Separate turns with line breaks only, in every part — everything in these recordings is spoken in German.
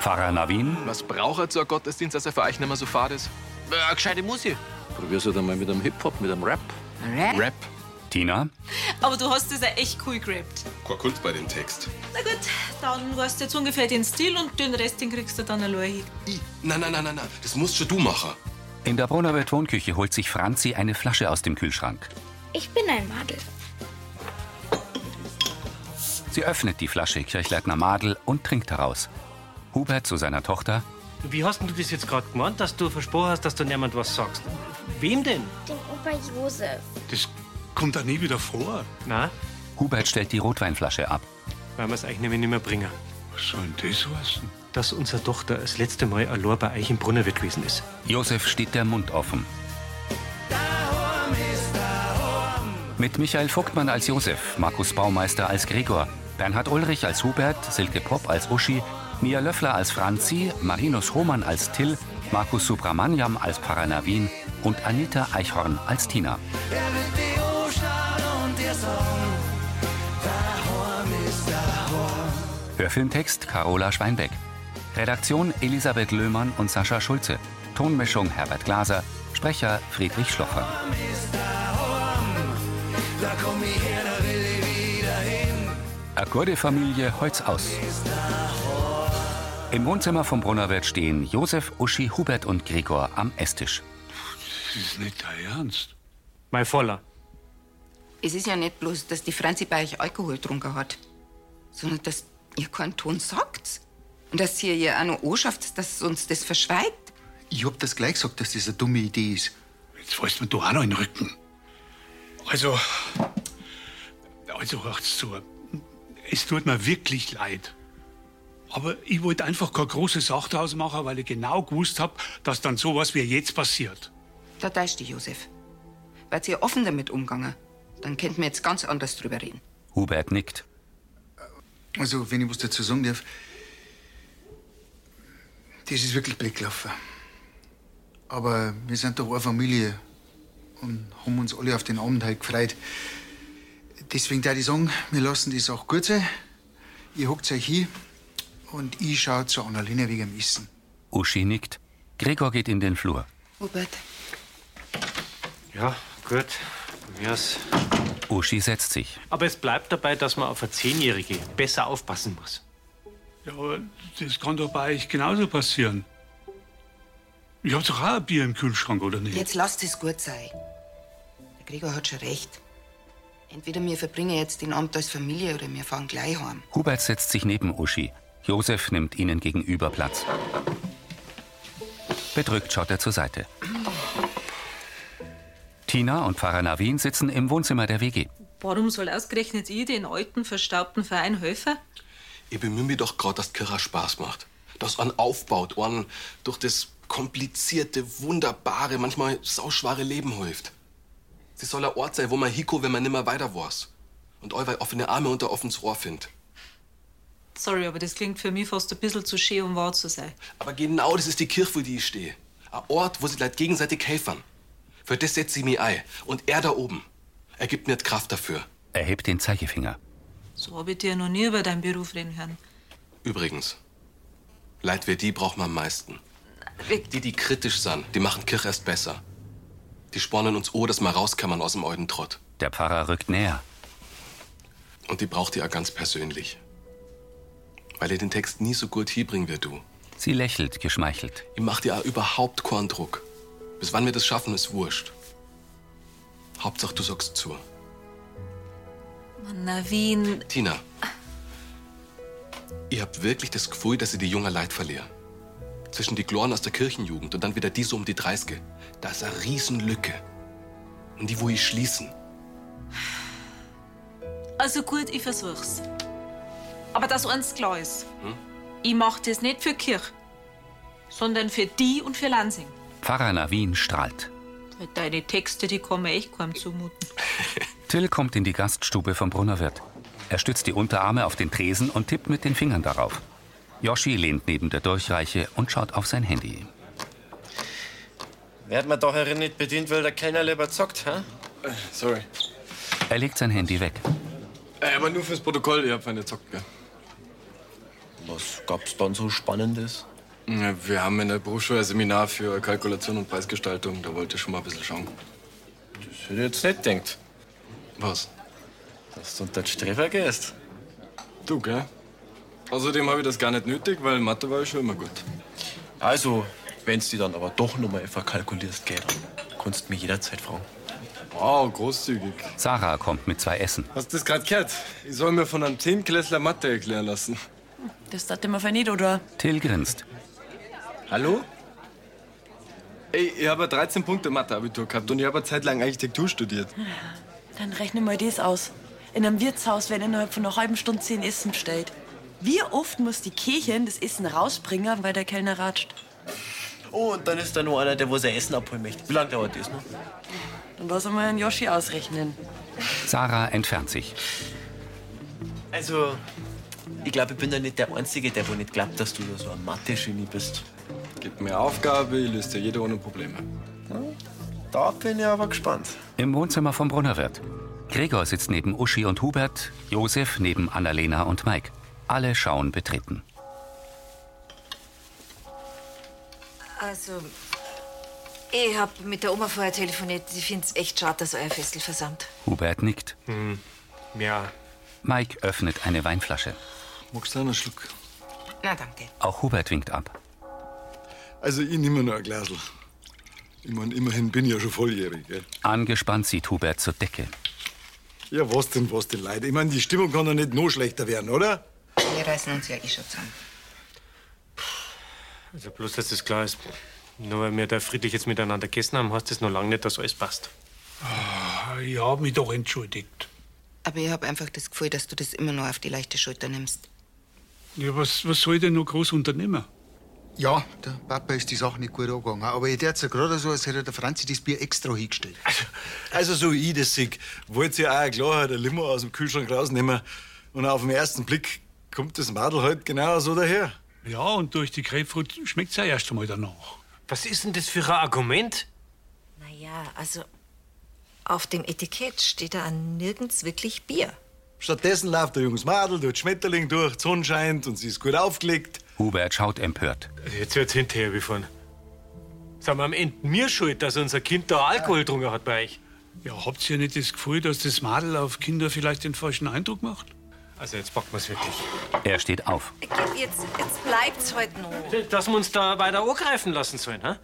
Pfarrer Navin,
Was braucht er so ein Gottesdienst, dass er für euch nicht mehr so fad ist? Äh, gescheite Musik.
Probier's halt einmal mit einem Hip-Hop, mit einem Rap.
Rap.
Tina,
Aber du hast es ja echt cool gerappt.
Keine Kunst bei dem Text.
Na gut, dann weißt du jetzt ungefähr den Stil und den Rest, den kriegst du dann allein hin.
I. Nein, nein, nein, nein, nein. Das musst schon du machen.
in der Brunauer Tonküche holt sich Franzi eine Flasche aus dem Kühlschrank.
Ich bin ein Madel.
Sie öffnet die Flasche Kirchleitner Madel und trinkt daraus. Hubert zu seiner Tochter,
Wie hast denn du das jetzt gerade gemeint, dass du versprochen hast, dass du niemand was sagst? Wem denn?
Dem Opa Josef.
Das kommt doch nie wieder vor.
Na,
Hubert stellt die Rotweinflasche ab.
weil wir es euch nämlich nicht mehr bringen.
Was soll denn das heißen?
Dass unsere Tochter das letzte Mal allein bei euch im Brunnerwirt gewesen ist.
Josef steht der Mund offen. Mit Michael Vogtmann als Josef, Markus Baumeister als Gregor, Bernhard Ulrich als Hubert, Silke Popp als Uschi, Mia Löffler als Franzi, Marinus Hohmann als Till, Markus Subramaniam als Paranavin und Anita Eichhorn als Tina. Hörfilmtext Carola Schweinbeck. Redaktion Elisabeth Löhmann und Sascha Schulze. Tonmischung Herbert Glaser. Sprecher Friedrich Schloffer. Akkordefamilie Holz aus. Im Wohnzimmer vom Brunnerwirt stehen Josef, Uschi, Hubert und Gregor am Esstisch.
Das ist nicht dein Ernst.
Mein Voller.
Es ist ja nicht bloß, dass die Franzi bei euch Alkohol getrunken hat, sondern dass ihr keinen Ton sagt. Und dass ihr ihr auch noch anschafft, dass sie uns das verschweigt.
Ich hab das gleich gesagt, dass das eine dumme Idee ist.
Jetzt fällst mir du auch noch in den Rücken. Also, also hört's zu. Es tut mir wirklich leid. Aber ich wollte einfach keine große Sache draus machen, weil ich genau gewusst habe, dass dann sowas wie jetzt passiert.
Da täuscht die Josef. Weil ihr offen damit umgangen, dann könnten wir jetzt ganz anders drüber reden.
Hubert nickt.
Also, wenn ich was dazu sagen darf, das ist wirklich blöd gelaufen. Aber wir sind doch eine Familie und haben uns alle auf den Abend halt gefreut. Deswegen da ich sagen, wir lassen das auch gut sein. Ihr hockt euch hin und ich schaue zu Annalena wegen dem Essen.
Uschi nickt. Gregor geht in den Flur.
Hubert,
Ja, gut. Von mir aus.
Uschi setzt sich.
Aber es bleibt dabei, dass man auf eine Zehnjährige besser aufpassen muss.
Ja, aber das kann doch bei euch genauso passieren. Ich hab doch auch ein Bier im Kühlschrank, oder nicht?
jetzt lasst es gut sein. Der Gregor hat schon recht. Entweder wir verbringen jetzt den Abend als Familie oder wir fahren gleich heim.
Hubert setzt sich neben Uschi. Josef nimmt ihnen gegenüber Platz. Bedrückt schaut er zur Seite. Tina und Pfarrer Navin sitzen im Wohnzimmer der WG.
Warum soll ausgerechnet ich den alten, verstaubten Verein helfen?
Ich bemühe mich doch gerade, dass Kirche Spaß macht. Dass einen aufbaut, einen durch das komplizierte, wunderbare, manchmal sauschware Leben hilft. Sie soll ein Ort sein, wo man hiko, wenn man nimmer weiter weiß. Und euer offene Arme unter offenes Rohr findet.
Sorry, aber das klingt für mich fast ein bisschen zu schön, um wahr zu sein.
Aber genau das ist die Kirche, wo die ich stehe. Ein Ort, wo sie Leute gegenseitig helfen. Für das setzt sie mich ein. Und er da oben. Er gibt mir die Kraft dafür.
Er hebt den Zeigefinger.
So hab ich dir noch nie über deinen Beruf reden hören.
Übrigens, Leid wir die brauchen wir am meisten. Die, die kritisch sind, die machen Kirche erst besser. Die spornen uns oh, dass wir rauskammern aus dem alten Trott.
Der Pfarrer rückt näher.
Und die braucht ihr auch ganz persönlich. Weil ihr den Text nie so gut hinbringen wie du.
Sie lächelt geschmeichelt.
Ihr macht ihr auch überhaupt keinen Druck. Bis wann wir das schaffen, ist wurscht. Hauptsache, du sagst zu.
Mann, Navin,
Tina, ihr habt wirklich das Gefühl, dass ihr die jungen Leid verliere. Zwischen die Gloren aus der Kirchenjugend und dann wieder die so um die 30. Da ist eine Riesenlücke. Und die wo ich schließen.
also gut, ich versuch's. Aber dass eins klar ist, ich mach das nicht für Kirch, sondern für die und für Lansing.
Pfarrer Navin strahlt.
Weil Deine Texte, die kann man echt kaum zumuten.
Till kommt in die Gaststube vom Brunnerwirt. Er stützt die Unterarme auf den Tresen und tippt mit den Fingern darauf. Yoshi lehnt neben der Durchreiche und schaut auf sein Handy.
Werd man doch herin nicht bedient, weil der Kellner lieber zockt, hä?
Sorry.
Er legt sein Handy weg.
Äh, aber nur fürs Protokoll, ihr habt meine Zocken, gell?
Was gab's dann so Spannendes?
Ja, Wir haben in der Berufsschule ein Seminar für Kalkulation und Preisgestaltung. Da wollte ich schon mal ein bisschen schauen. Das hätte ich jetzt nicht gedacht. Was? Dass du unter den Streber gehst. Du, gell? Außerdem habe ich das gar nicht nötig, weil Mathe war ja schon immer gut.
Also, wenn's die dann aber doch nochmal verkalkulierst, gell, dann kannst du mich jederzeit fragen.
Wow, großzügig.
Sarah kommt mit zwei Essen.
Hast du das gerade gehört? Ich soll mir von einem Zehntklässler Mathe erklären lassen.
Das tat immer für nicht, oder?
Till grinst.
Hallo? Ey, ich habe 13 Punkte Mathe-Abitur gehabt und ich habe eine Zeit lang Architektur studiert.
Dann rechne mal das aus. In einem Wirtshaus werden innerhalb von einer halben Stunde zehn Essen bestellt. Wie oft muss die Kirchen das Essen rausbringen, weil der Kellner ratscht?
Oh, und dann ist da nur einer, der wo sein Essen abholen möchte. Wie lange dauert das noch?
Dann lass mal einen Yoshi ausrechnen.
Sarah entfernt sich.
Also, ich glaube, ich bin da nicht der Einzige, der wohl nicht glaubt, dass du da so ein Mathe-Genie bist.
Gib mir Aufgabe, ich löse dir jede ohne Probleme.
Da bin ich aber gespannt.
Im Wohnzimmer vom Brunnerwirt. Gregor sitzt neben Uschi und Hubert, Josef neben Annalena und Mike. Alle schauen betreten.
Also, ich hab mit der Oma vorher telefoniert. Sie find's echt schade, dass euer Fessel versammt.
Hubert nickt.
Ja.
Mike öffnet eine Weinflasche.
Magst du einen Schluck?
Na, danke.
Auch Hubert winkt ab.
Also, ich nehme nur ein Glasl. Ich mein, immerhin bin ich ja schon volljährig. Gell?
Angespannt sieht Hubert zur Decke.
Ja, was denn, was denn, Leute? Ich mein, die Stimmung kann doch nicht noch schlechter werden, oder?
Wir reißen uns ja eh schon zusammen.
Also bloß, dass das klar ist. Nur weil wir da friedlich jetzt miteinander gegessen haben, heißt das noch lange nicht, dass alles passt.
Ich habe mich doch entschuldigt.
Aber ich habe einfach das Gefühl, dass du das immer nur auf die leichte Schulter nimmst.
Ja, was, was soll ich denn noch groß unternehmen?
Ja, der Papa ist die Sache nicht gut angegangen. Aber ich dachte ja gerade so, als hätte der Franzi das Bier extra hingestellt.
Also, so wie ich das sehe, wollt ihr auch eine Klarheit, eine Limo aus dem Kühlschrank rausnehmen. Und auf den ersten Blick kommt das Madel halt genau so daher.
Ja, und durch die Grapefruit schmeckt es ja erst einmal danach.
Was ist denn das für ein Argument?
Naja, also, auf dem Etikett steht da an nirgends wirklich Bier.
Stattdessen läuft der junges Madel durch den Schmetterling durch, die Sonne scheint und sie ist gut aufgelegt.
Hubert schaut empört.
Also jetzt wird's hinterher befahren. Sind wir am Ende mir schuld, dass unser Kind da Alkohol getrunken hat bei euch?
Ja, habt ihr nicht das Gefühl, dass das Madel auf Kinder vielleicht den falschen Eindruck macht?
Also jetzt packen wir's wirklich.
Er steht auf.
Äh, Jetzt, jetzt bleibt's heute noch.
Dass wir uns da weiter angreifen lassen sollen, hä?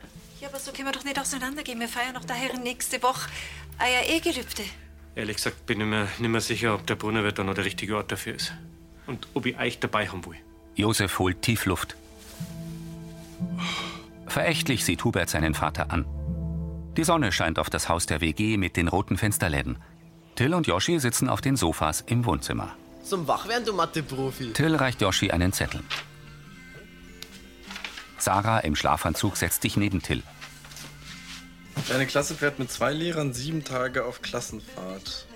Ja, aber so können wir doch nicht auseinandergehen. Wir feiern noch daher nächste Woche Ah eh euer Ehegelübde.
Ehrlich gesagt bin ich mir nicht mehr sicher, ob der Brunnerwirt da noch der richtige Ort dafür ist. Und ob ich euch dabei haben will.
Josef holt Tiefluft. Verächtlich sieht Hubert seinen Vater an. Die Sonne scheint auf das Haus der WG mit den roten Fensterläden. Till und Yoshi sitzen auf den Sofas im Wohnzimmer.
Zum Wachwerden, du Mathe-Profi.
Till reicht Yoshi einen Zettel. Sarah im Schlafanzug setzt sich neben Till.
Deine Klasse fährt mit zwei Lehrern sieben Tage auf Klassenfahrt.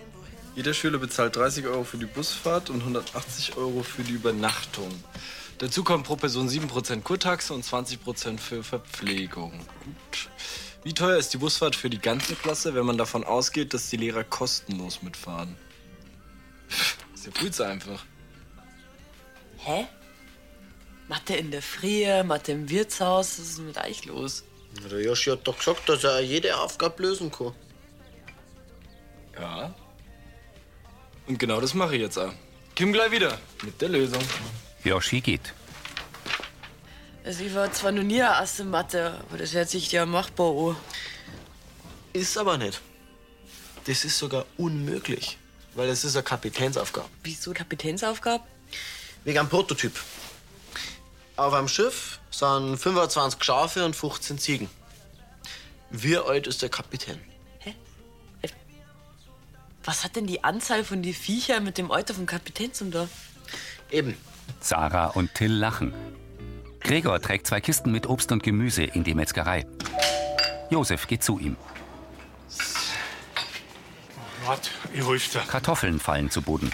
Jeder Schüler bezahlt 30 Euro für die Busfahrt und 180 Euro für die Übernachtung. Dazu kommen pro Person 7% Kurtaxe und 20% für Verpflegung. Gut. Wie teuer ist die Busfahrt für die ganze Klasse, wenn man davon ausgeht, dass die Lehrer kostenlos mitfahren? Ist ja viel zu einfach.
Hä? Mathe in der Früh, Mathe im Wirtshaus, was ist denn mit euch los?
Der Joshi hat doch gesagt, dass er jede Aufgabe lösen kann.
Ja. Und genau das mache ich jetzt auch. Kim gleich wieder. Mit der Lösung.
Yoshi geht.
Also ich war zwar noch nie ein Ass in Mathe, aber das hört sich ja machbar an.
Ist aber nicht. Das ist sogar unmöglich, weil es ist eine Kapitänsaufgabe.
Wieso Kapitänsaufgabe?
Wegen einem Prototyp. Auf einem Schiff sind 25 Schafe und 15 Ziegen. Wie alt ist der Kapitän?
Was hat denn die Anzahl von den Viechern mit dem Alter vom Kapitän zum da?
Eben.
Sarah und Till lachen. Gregor trägt zwei Kisten mit Obst und Gemüse in die Metzgerei. Josef geht zu ihm.
Wart, ich helf dir.
Kartoffeln fallen zu Boden.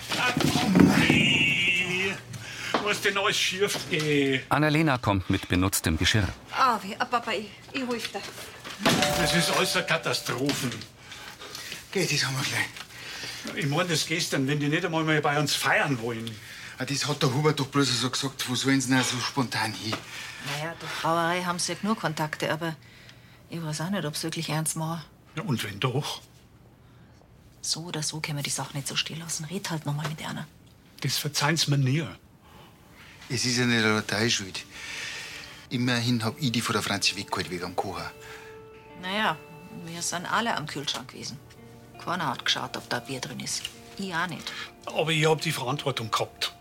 Was denn alles schief? Äh,
Annalena kommt mit benutztem Geschirr.
Ah, wie, ah, Papa, ich, ich ruf da.
das ist äußerst Katastrophen. Geh, das haben wir gleich. Ich meine das gestern, wenn die nicht einmal mehr bei uns feiern wollen.
Ah, Das hat der Hubert doch bloß so Also gesagt, wo sollen sie denn so spontan hin?
Naja, durch Brauerei haben sie halt nur Kontakte, aber ich weiß auch nicht, ob es wirklich ernst machen.
Ja, und wenn doch,
So oder so können wir die Sache nicht so stehen lassen. Red halt nochmal mit einer.
das verzeihen sie mir näher.
Es ist ja nicht der Datei schuld. Immerhin hab ich die von der Franzi weggeholt wegen dem Kocher.
Naja, wir sind alle am Kühlschrank gewesen. Keiner hat geschaut, ob da Bier drin ist. Ich auch nicht.
Aber ich hab die Verantwortung gehabt.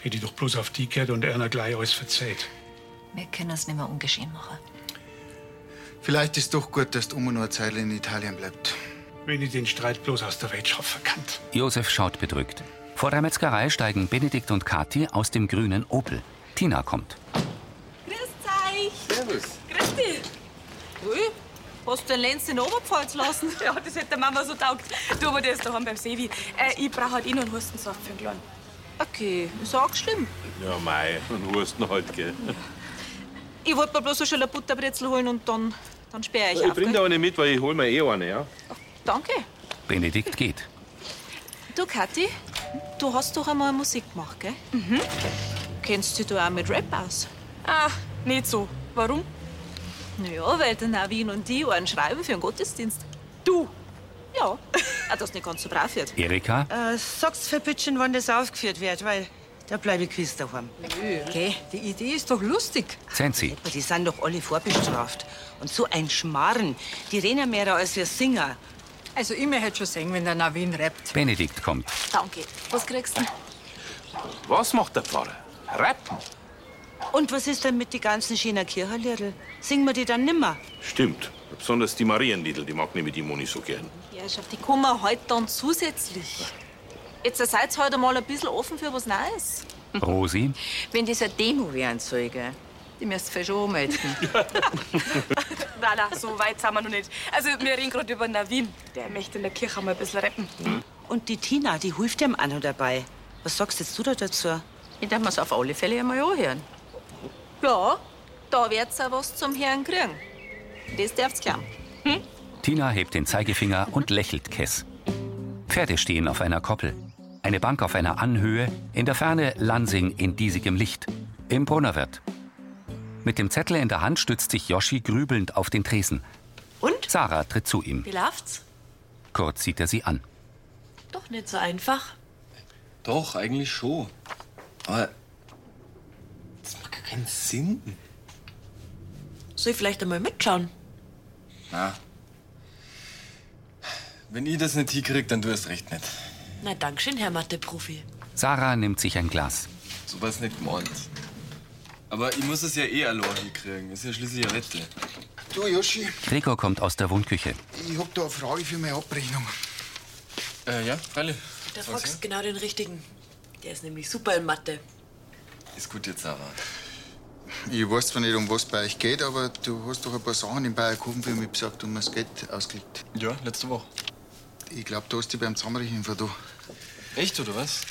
Hätte ich doch bloß auf die gehört und einer gleich alles verzeiht.
Wir können es nicht mehr ungeschehen machen.
Vielleicht ist doch gut, dass die Oma noch eine Zeit in Italien bleibt.
Wenn ich den Streit bloß aus der Welt schaffe kann.
Josef schaut bedrückt. Vor der Metzgerei steigen Benedikt und Kathi aus dem grünen Opel. Tina kommt.
Grüßt euch. Servus. Grüß dich. Ui, hast du den Lenz in Oberpfalz lassen? ja, das hätte der Mama so taugt. Du, aber der ist daheim beim Sevi. Äh, ich brauche halt eh noch einen Hustensaft für den Kleinen. Okay, ist auch schlimm.
Ja, mei, dann husten halt, gell.
Ich wollte mir bloß so schnell eine Butterbrezel holen und dann, dann sperre ich
Ich
ab.
bring
gell?
da eine mit, weil ich hol mir eh eine, ja.
Danke.
Benedikt geht.
Du, Kathi, du hast doch einmal Musik gemacht, gell? Mhm. Kennst du dich da auch mit Rap aus? Ah, nicht so. Warum? Naja, weil der Navin und die einen schreiben für den Gottesdienst. Du? Ja, Ah, das nicht ganz so brav wird.
Erika,
Äh, sag's für Bütchen, wann das aufgeführt wird, weil da bleibe ich gewiss daheim. Okay, die Idee ist doch lustig.
Zenzi,
Aber die sind doch alle vorbestraft. Und so ein Schmarren, die reden mehr als wir Singer.
Also, ich hätte schon sehen, wenn der Navin rappt.
Benedikt kommt.
Danke. Was kriegst du?
Was macht der Pfarrer? Rappen.
Und was ist denn mit den ganzen schönen Kircherliedl? Singen wir die dann nimmer?
Stimmt. Besonders die Marienliedl, die mag nämlich die Moni so gern.
Ja, schau, die kommen halt dann zusätzlich. Jetzt seid ihr heute mal ein bisschen offen für was Neues.
Rosi,
Wenn das eine Demo werden soll, gell? Die müsst ihr schon anmelden.
Nein, nein, so weit sind wir noch nicht. Also, wir reden gerade über Navin. Der möchte in der Kirche mal ein bisschen rappen.
Und die Tina, die hilft dem auch noch dabei. Was sagst jetzt du da dazu?
Ich darf mir's auf alle Fälle einmal anhören.
Ja, da wird's auch was zum Herrn kriegen. Das dürft's glauben.
Hm?
Tina hebt den Zeigefinger und lächelt Kess. Pferde stehen auf einer Koppel. Eine Bank auf einer Anhöhe, in der Ferne Lansing in diesigem Licht. Im Brunnerwirt. Mit dem Zettel in der Hand stützt sich Joschi grübelnd auf den Tresen.
Und?
Sarah tritt zu ihm.
Wie läuft's?
Kurz sieht er sie an.
Doch nicht so einfach.
Doch, eigentlich schon. Aber das macht gar keinen Sinn.
Soll ich vielleicht einmal mitschauen?
Na. Wenn ich das nicht hinkrieg, dann du es recht nicht.
Na, Dankeschön, Herr Mathe-Profi.
Sarah nimmt sich ein Glas.
So war's nicht gemeint. Aber ich muss es ja eh allein hinkriegen. Ist ja schließlich eine Wette.
Du, Joschi,
Gregor kommt aus der Wohnküche.
ich hab da eine Frage für meine Abrechnung.
Äh, ja, freilich.
Da fragst du genau den richtigen. Der ist nämlich super in Mathe.
Ist gut jetzt, Sarah.
Ich weiß zwar nicht, um was bei euch geht, aber du hast doch ein paar Sachen in Bayerkofen für mich besorgt und mir um das Geld ausgelegt.
Ja, letzte Woche.
Ich glaub, du hast dich beim Zusammenrechnen vertan.
Echt, oder was?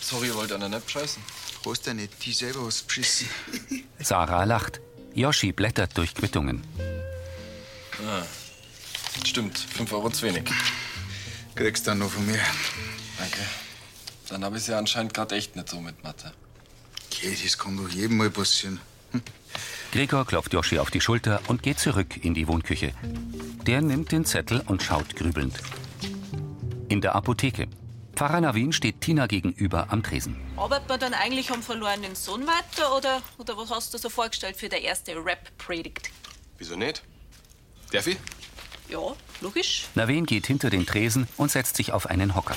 Sorry, ich wollte an der nicht scheißen.
Hast du nicht, die selber hast beschissen.
Sarah lacht. Joschi blättert durch Quittungen.
Ah, stimmt. 5 Euro zu wenig.
Kriegst dann noch von mir.
Danke. Dann habe ich ja anscheinend gerade echt nicht so mit Mathe.
Okay, das kann doch jedem mal passieren.
Gregor klopft Joschi auf die Schulter und geht zurück in die Wohnküche. Der nimmt den Zettel und schaut grübelnd. In der Apotheke. Pfarrer Navin steht Tina gegenüber am Tresen.
Arbeitet man dann eigentlich am verlorenen Sohn weiter oder, oder was hast du so vorgestellt für der erste Rap-Predigt?
Wieso nicht? Darf ich?
Ja, logisch.
Navin geht hinter den Tresen und setzt sich auf einen Hocker.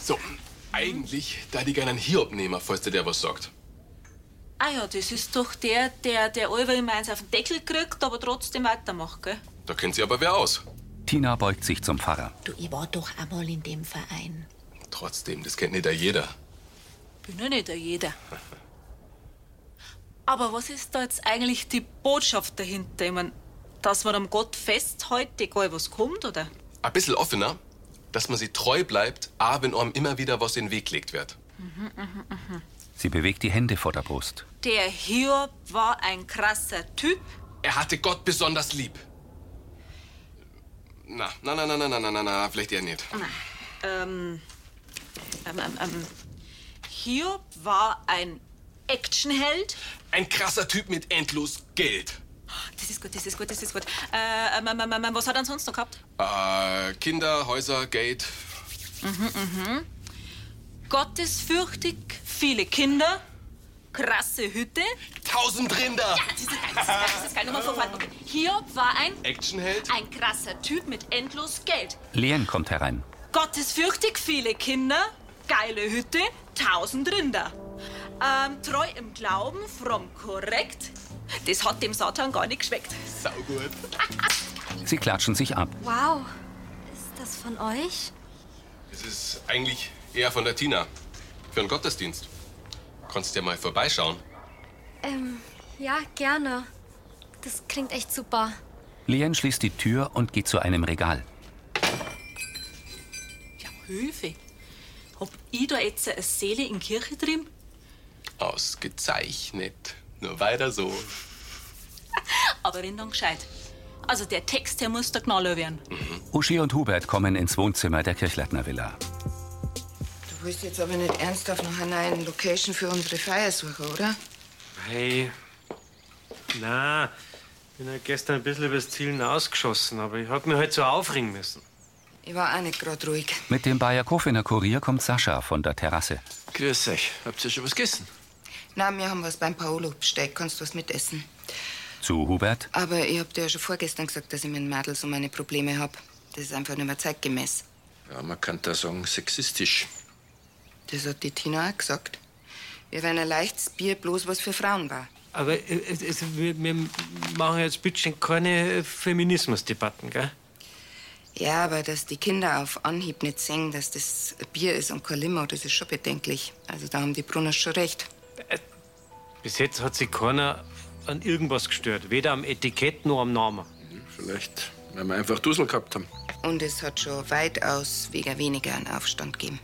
So, eigentlich, da hätte ich gerne einen Hiob nehmen, falls dir der was sagt.
Ah ja, das ist doch der, der, der allweil immer eins auf den Deckel kriegt, aber trotzdem weitermacht, gell?
Da kennt sie aber wer aus.
Tina beugt sich zum Pfarrer.
Du, ich war doch einmal in dem Verein.
Trotzdem, das kennt nicht jeder.
Bin ja nicht ein jeder. Aber was ist da jetzt eigentlich die Botschaft dahinter? Ich mein, dass man am Gott festhält, egal was kommt, oder?
Ein bisschen offener, dass man sie treu bleibt, auch wenn einem immer wieder was in den Weg gelegt wird.
Mhm, mhm, mhm.
Sie bewegt die Hände vor der Brust.
Der Hiob war ein krasser Typ.
Er hatte Gott besonders lieb. Na, na, na, na, na, na, na, na, na, vielleicht eher nicht.
Ähm, ähm, ähm, ähm. Hiob war ein Actionheld.
Ein krasser Typ mit endlos Geld.
Das ist gut, das ist gut, das ist gut. Äh, ähm, ähm, ähm, was hat er sonst noch gehabt?
Äh, Kinder, Häuser, Geld.
Mhm, mhm. Gottesfürchtig, viele Kinder, krasse Hütte.
Tausend Rinder!
Ja, das ist geil, das ist geil, das ist geil. Nochmal von vorn. Okay. Hiob war ein...
Actionheld?
Ein krasser Typ mit endlos Geld.
Leon kommt herein.
Gottesfürchtig, viele Kinder, geile Hütte, tausend Rinder. Ähm, treu im Glauben, fromm korrekt. Das hat dem Satan gar nicht geschmeckt.
Saugut.
Sie klatschen sich ab.
Wow. Ist das von euch?
Das ist eigentlich eher von der Tina. Für einen Gottesdienst. Konntest ja mal vorbeischauen.
Ähm, ja, gerne. Das klingt echt super.
Leon schließt die Tür und geht zu einem Regal.
Hilfe. Hab ich da jetzt eine Seele in Kirche drin?
Ausgezeichnet. Nur weiter so.
Aber wenn dann gescheit. Also der Text, der muss da knaller werden.
Uschi und Hubert kommen ins Wohnzimmer der Kirchleitner Villa.
Du willst jetzt aber nicht ernsthaft noch eine neue Location für unsere Feier suchen, oder?
Hey. Na, bin halt gestern ein bisschen übers Ziel hinausgeschossen, aber ich hab mir halt so aufringen müssen.
Ich war auch nicht gerade ruhig.
Mit dem Bayer Kofener Kurier kommt Sascha von der Terrasse.
Grüß euch. Habt ihr schon was gegessen? Na, wir haben was beim Paolo bestellt. Kannst du was mitessen?
Zu Hubert.
Aber ich hab dir ja schon vorgestern gesagt, dass ich mit den Mädels so meine Probleme hab. Das ist einfach nicht mehr zeitgemäß.
Ja, man kann da sagen, sexistisch.
Das hat die Tina auch gesagt. Wir wären ein leichtes Bier, bloß was für Frauen war.
Aber äh, es- es- wir, wir machen jetzt bitte schön keine äh, Feminismusdebatten, gell?
Ja, aber dass die Kinder auf Anhieb nicht sehen, dass das Bier ist und kein Limo, das ist schon bedenklich. Also da haben die Brunners schon recht.
Bis jetzt hat sich keiner an irgendwas gestört. Weder am Etikett noch am Namen.
Mhm, Vielleicht, weil wir einfach Dusel gehabt haben.
Und es hat schon weitaus wegen weniger einen Aufstand gegeben.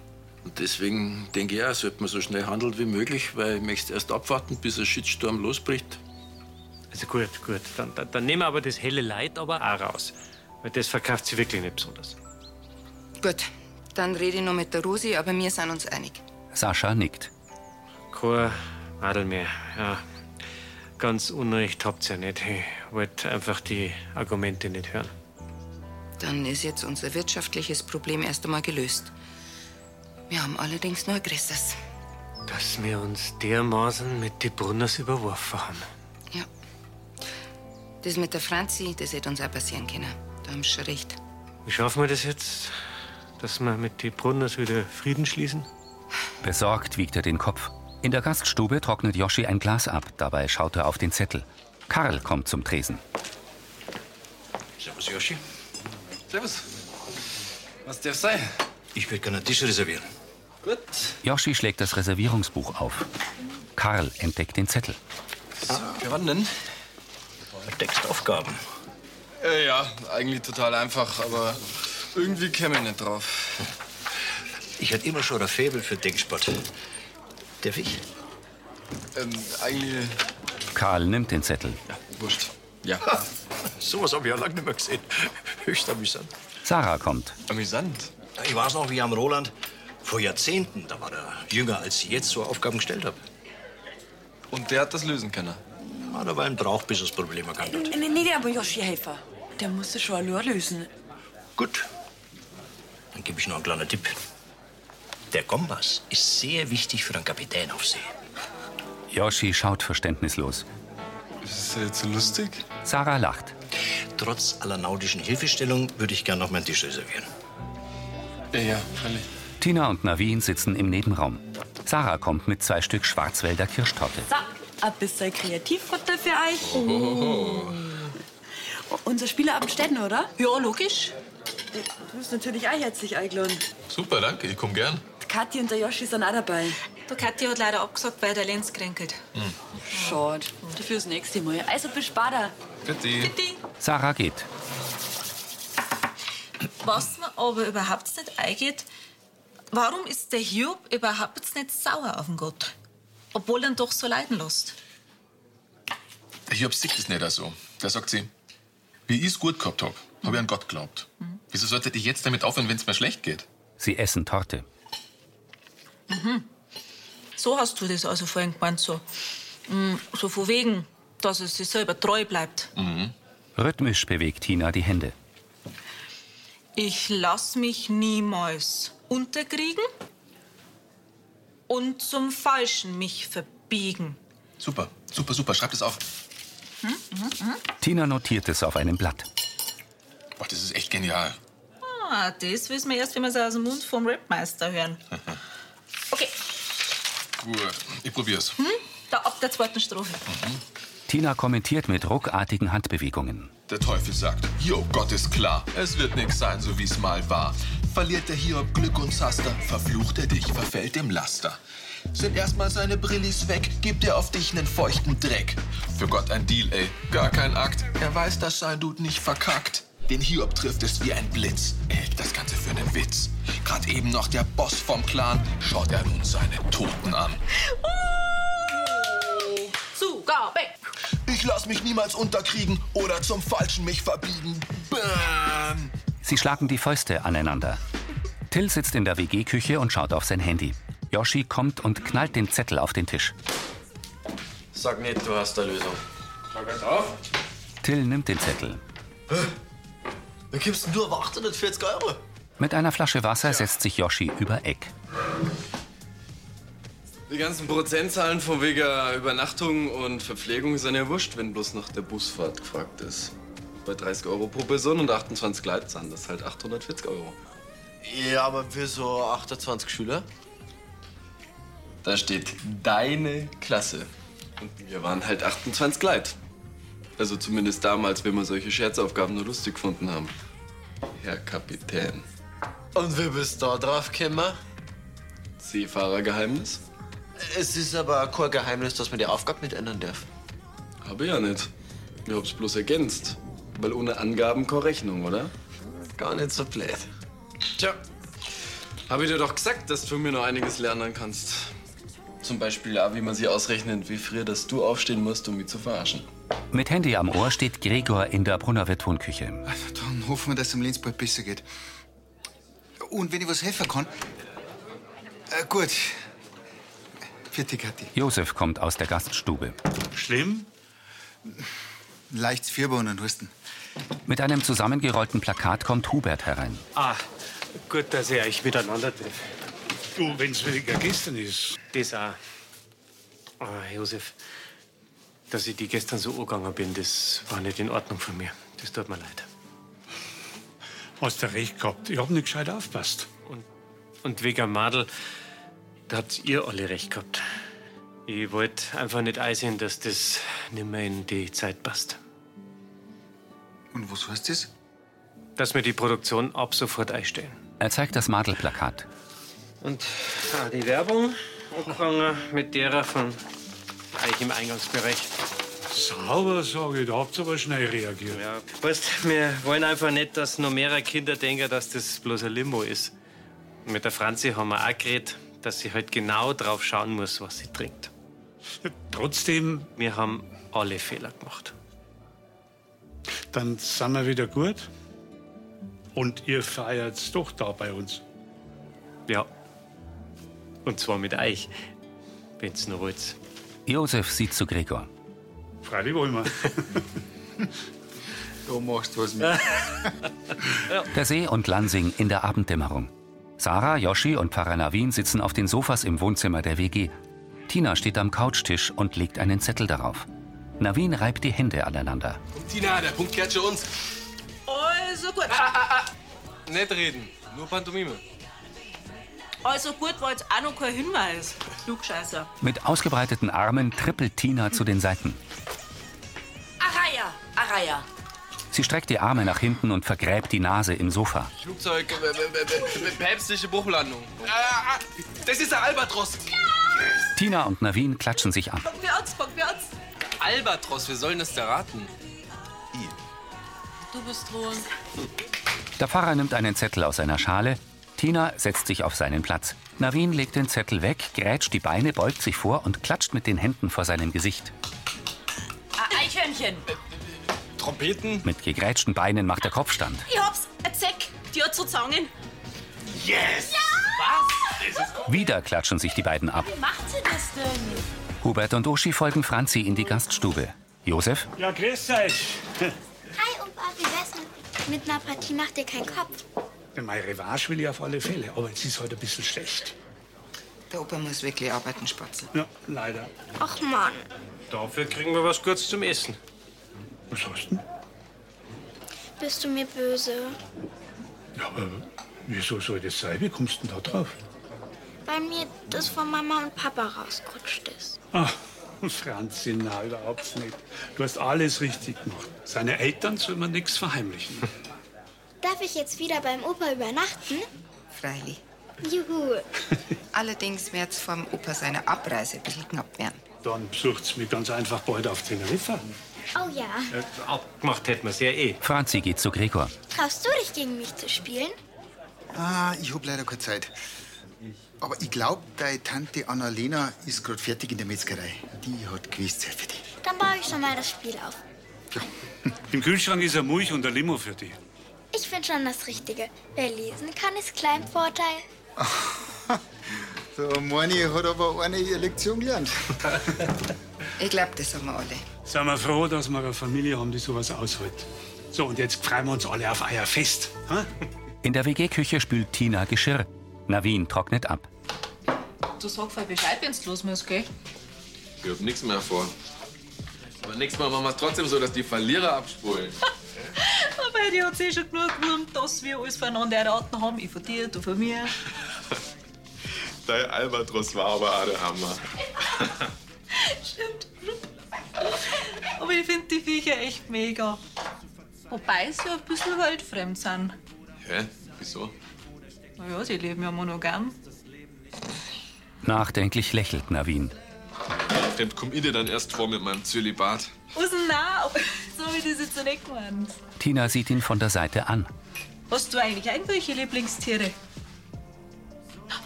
Und deswegen denke ich auch, sollte man so schnell handeln wie möglich, weil ich möchte erst abwarten, bis ein Shitsturm losbricht.
Also gut, gut. Dann, dann, dann nehmen wir aber das helle Leid aber auch raus. Weil das verkauft sie wirklich nicht besonders.
Gut, dann rede ich noch mit der Rosi, aber wir sind uns einig.
Sascha nickt.
Kein Madel mehr, ja. Ganz unrecht habt ihr ja nicht. Ich wollte einfach die Argumente nicht hören.
Dann ist jetzt unser wirtschaftliches Problem erst einmal gelöst. Wir haben allerdings noch ein größeres.
Dass wir uns dermaßen mit die Brunners überworfen haben.
Das mit der Franzi, das hätte uns auch passieren können. Da haben sie schon recht.
Wie schaffen wir das jetzt, dass wir mit die Brunners wieder Frieden schließen?
Besorgt wiegt er den Kopf. In der Gaststube trocknet Joschi ein Glas ab. Dabei schaut er auf den Zettel. Karl kommt zum Tresen.
Servus, Joschi.
Servus.
Was darf sein? Ich würde gerne einen Tisch reservieren.
Gut.
Joschi schlägt das Reservierungsbuch auf. Karl entdeckt den Zettel.
Für wann denn? Textaufgaben.
Äh, ja, eigentlich total einfach, aber irgendwie käme ich nicht drauf.
Ich hatte immer schon ein Faible für Denksport. Darf ich?
Ähm, eigentlich
Karl nimmt den Zettel.
wurscht. Ja.
Sowas habe ich ja lange nicht mehr gesehen. Höchst amüsant.
Sarah kommt.
Amüsant?
Ich weiß noch, wie ich am Roland vor Jahrzehnten, da war er jünger als ich jetzt, so Aufgaben gestellt habe.
Und der hat das lösen können?
Ja, da war ihm drauf, bis er das Problem erkannt hat.
Äh, Nee, nee, aber Joschi Helfer, der musste schon allein lösen.
Gut. Dann gebe ich noch einen kleinen Tipp. Der Kompass ist sehr wichtig für einen Kapitän auf See.
Joschi schaut verständnislos.
Ist das jetzt so lustig?
Sarah lacht.
Trotz aller nautischen Hilfestellung würde ich gerne noch meinen Tisch reservieren.
Ja, ja, freilich.
Tina und Navin sitzen im Nebenraum. Sarah kommt mit zwei Stück Schwarzwälder Kirschtorte.
So, ein bisschen Kreativfutter für euch. Oh. Unser Spieleabend steht noch, oder? Ja, logisch. Du bist natürlich auch herzlich eingeladen.
Super, danke, ich komm gern.
Die Kathi und der Joschi sind auch dabei.
Du, Kathi hat leider abgesagt, weil der Lenz kränkelt.
Schade. Dafür das nächste Mal. Also bis später.
Bitte.
Sarah geht.
Was mir aber überhaupt nicht eingeht, warum ist der Hiob überhaupt nicht sauer auf den Gott? Obwohl er ihn doch so leiden lässt.
Ich hab sich das nicht auch so. Der sagt sie, wie ich's gut gehabt hab, hab ich an Gott geglaubt. Wieso sollte ich jetzt damit aufhören, wenn's mir schlecht geht?
Sie essen Torte.
Mhm. So hast du das also vorhin gemeint, so. Mm, So von wegen, dass es sich selber treu bleibt.
Rhythmisch bewegt Tina die Hände.
Ich lass mich niemals unterkriegen und zum Falschen mich verbiegen.
Super, super, super. Schreib das auf.
Hm? Mhm, mhm.
Tina notiert es auf einem Blatt.
Boah, das ist echt genial.
Ah, das wissen wir erst, wenn wir es aus dem Mund vom Rapmeister hören. Okay,
Gut, ich probier's.
hm? da ab der zweiten Strophe.
Tina kommentiert mit ruckartigen Handbewegungen.
Der Teufel sagt, Jo, Gott ist klar, es wird nix sein, so wie's mal war. Verliert der Hiob Glück und Zaster, verflucht er dich, verfällt dem Laster. Sind erstmal seine Brillis weg, gibt er auf dich nen feuchten Dreck. Für Gott ein Deal, ey, gar kein Akt, er weiß, dass sein Dude nicht verkackt. Den Hiob trifft es wie ein Blitz, hält das Ganze für nen Witz. Grad eben noch der Boss vom Clan, schaut er nun seine Toten an.
Zugabe!
Ich lass mich niemals unterkriegen oder zum Falschen mich verbiegen. Bam!
Sie schlagen die Fäuste aneinander. Till sitzt in der WG-Küche und schaut auf sein Handy. Yoshi kommt und knallt den Zettel auf den Tisch.
Sag nicht, du hast eine Lösung. Schau
halt
ganz auf.
Till nimmt den Zettel.
Da gibst denn du auf 840 Euro.
Mit einer Flasche Wasser setzt sich Yoshi über Eck.
Die ganzen Prozentzahlen von wegen Übernachtung und Verpflegung sind ja wurscht, wenn bloß noch der Busfahrt gefragt ist. Bei 30 Euro pro Person und 28 Leitzahlen, das ist halt 840 Euro.
Ja, aber für so 28 Schüler?
Da steht deine Klasse. Und wir waren halt 28 Leid. Also zumindest damals, wenn wir solche Scherzaufgaben nur lustig gefunden haben. Herr Kapitän.
Und wie bist du da drauf gekommen?
Seefahrergeheimnis?
Es ist aber kein Geheimnis, dass man die Aufgabe nicht ändern darf.
Habe ja nicht. Ich hab's bloß ergänzt. Weil ohne Angaben keine Rechnung, oder? Gar nicht so blöd. Tja, habe ich dir doch gesagt, dass du von mir noch einiges lernen kannst. Zum Beispiel auch, wie man sich ausrechnet, wie früher, dass du aufstehen musst, um mich zu verarschen.
Mit Handy am Ohr steht Gregor in der Brunnerwehr Tonküche.
Also, Dann hoffen wir, dass es dem Lenz bald besser geht. Und wenn ich was helfen kann. Äh, gut. Für die Kathi.
Josef kommt aus der Gaststube.
Schlimm? Leichts Fieber und Husten.
Mit einem zusammengerollten Plakat kommt Hubert herein.
Ah, gut, dass ihr euch miteinander trifft.
Du, wenn's weniger gestern ist.
Das auch. Ah, Josef, dass ich die gestern so angegangen bin, das war nicht in Ordnung von mir. Das tut mir leid.
Hast du recht gehabt. Ich hab nicht gescheit aufpasst.
Und wegen Madel, da habt ihr alle recht gehabt. Ich wollte einfach nicht einsehen, dass das nicht mehr in die Zeit passt.
Und was heißt das?
Dass wir die Produktion ab sofort einstellen.
Er zeigt das Madelplakat.
Und ah, die Werbung angefangen mit derer von euch im Eingangsbereich.
Sauber, sage ich. Da habt ihr aber schnell reagiert.
Ja. Weißt, wir wollen einfach nicht, dass noch mehrere Kinder denken, dass das bloß ein Limo ist. Mit der Franzi haben wir auch geredet, dass sie halt genau drauf schauen muss, was sie trinkt.
Trotzdem.
Wir haben alle Fehler gemacht.
Dann sind wir wieder gut. Und ihr feiert's doch da bei uns.
Ja. Und zwar mit euch, wenn's nur wollt.
Josef sieht zu Gregor.
Freilich wollen wir.
Du machst was mit.
Der See und Lansing in der Abenddämmerung. Sarah, Yoshi und Pfarrer Navin sitzen auf den Sofas im Wohnzimmer der WG. Tina steht am Couchtisch und legt einen Zettel darauf. Navin reibt die Hände aneinander.
Tina, der Punkt gehört schon uns.
Also gut.
Nicht reden, nur Pantomime.
Also gut war jetzt auch noch kein Hinweis. Klugscheißer.
Mit ausgebreiteten Armen trippelt Tina zu den Seiten.
Araya, Araya.
Sie streckt die Arme nach hinten und vergräbt die Nase im Sofa.
Flugzeug, äh, äh, äh, päpstliche Bruchlandung.
Ah, das ist der Albatros.
Tina und Navin klatschen sich an.
Packen wir uns, packen wir uns.
Albatros, wir sollen das erraten.
Du bist dran.
Der Pfarrer nimmt einen Zettel aus seiner Schale. Tina setzt sich auf seinen Platz. Navin legt den Zettel weg, grätscht die Beine, beugt sich vor und klatscht mit den Händen vor seinem Gesicht.
Ah, Eichhörnchen.
Trompeten?
Mit gegrätschten Beinen macht er Kopfstand.
Ich hab's, ein Zeck. Die hat so Zangen.
Yes!
Was?
Wieder klatschen sich die beiden ab.
Wie macht sie das denn?
Hubert und Uschi folgen Franzi in die Gaststube. Josef?
Ja, grüß euch.
Hi, Opa, wie wär's mit, mit einer Partie macht dir keinen Kopf?
Meine Revanche will ich auf alle Fälle, aber es ist heute ein bisschen schlecht.
Der Opa muss wirklich arbeiten, Spatzel.
Ja, leider.
Ach Mann.
Dafür kriegen wir was kurz zum Essen.
Was hast du denn?
Bist du mir böse?
Ja, aber wieso soll das sein? Wie kommst du denn da drauf?
Weil mir das von Mama und Papa rausgerutscht ist.
Ach, Ah, Franzi, na, überhaupt nicht. Du hast alles richtig gemacht. Seine Eltern soll man nichts verheimlichen.
Darf ich jetzt wieder beim Opa übernachten?
Freilich.
Juhu.
Allerdings wird's vom Opa seine Abreise ein bisschen knapp werden.
Dann besucht's mich ganz einfach bald auf Teneriffa.
Oh ja.
Äh, Abgemacht hätten wir es ja eh.
Franzi geht zu Gregor.
Traust du dich gegen mich zu spielen?
Ah, ich hab leider keine Zeit. Aber ich glaub, deine Tante Annalena ist gerade fertig in der Metzgerei. Die hat gewiss Zeit für dich.
Dann baue ich schon mal das Spiel auf.
Im Kühlschrank ist ein Mulch und ein Limo für dich.
Ich finde schon das Richtige. Wer lesen kann, ist klein Vorteil.
So, Moni hat aber eine ihre Lektion gelernt.
Ich glaube, das haben wir alle.
Sind wir froh, dass wir eine Familie haben, die sowas aushält. So, und jetzt freuen wir uns alle auf euer Fest. Hä?
In der WG-Küche spült Tina Geschirr. Navin trocknet ab.
Du sag voll Bescheid, wenn's los muss, gell?
Ich hab nichts mehr vor. Aber nächstes Mal machen wir es trotzdem so, dass die Verlierer abspulen.
Wobei, die hat sich schon genug gewurmt, dass wir alles voneinander erraten haben. Ich von dir, du von mir.
Dein Albatros war aber auch der Hammer.
Stimmt. Aber ich finde die Viecher echt mega. Wobei sie ein bisschen weltfremd sind.
Hä? Wieso?
Naja, sie leben ja monogam.
Nachdenklich lächelt Navin.
Fremd komm ich dir dann erst vor mit meinem Zölibat.
Aus dem Nah, so wie das jetzt nicht gemeint.
Tina sieht ihn von der Seite an.
Hast du eigentlich irgendwelche Lieblingstiere?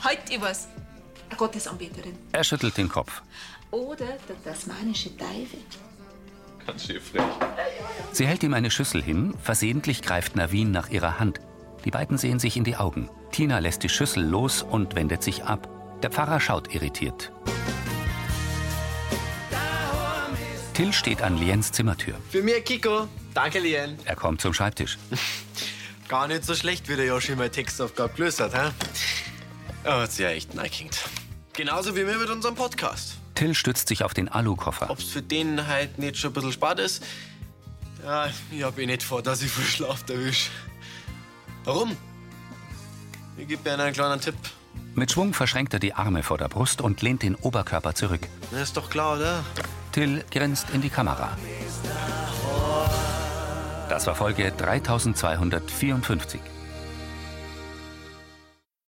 Heute, ich weiß. Eine Gottesanbeterin.
Er schüttelt den Kopf.
Oder der tasmanische Teufel.
Ganz schön frech.
Sie hält ihm eine Schüssel hin. Versehentlich greift Navin nach ihrer Hand. Die beiden sehen sich in die Augen. Tina lässt die Schüssel los und wendet sich ab. Der Pfarrer schaut irritiert. Till steht an Liens Zimmertür.
Für mich Kiko. Danke, Lien.
Er kommt zum Schreibtisch.
Gar nicht so schlecht, wie der Yoshi meine Textaufgabe gelöst hat, hä? Er hat's ja echt neigingt. Genauso wie wir mit unserem Podcast.
Till stützt sich auf den Alukoffer.
Ob's für den halt nicht schon ein bisschen spät ist, ja, ich hab eh nicht vor, dass ich viel Schlaf erwisch. Warum? Ich geb dir einen kleinen Tipp.
Mit Schwung verschränkt er die Arme vor der Brust und lehnt den Oberkörper zurück.
Na, ist doch klar, oder?
Till grinst in die Kamera. Das war Folge 3254.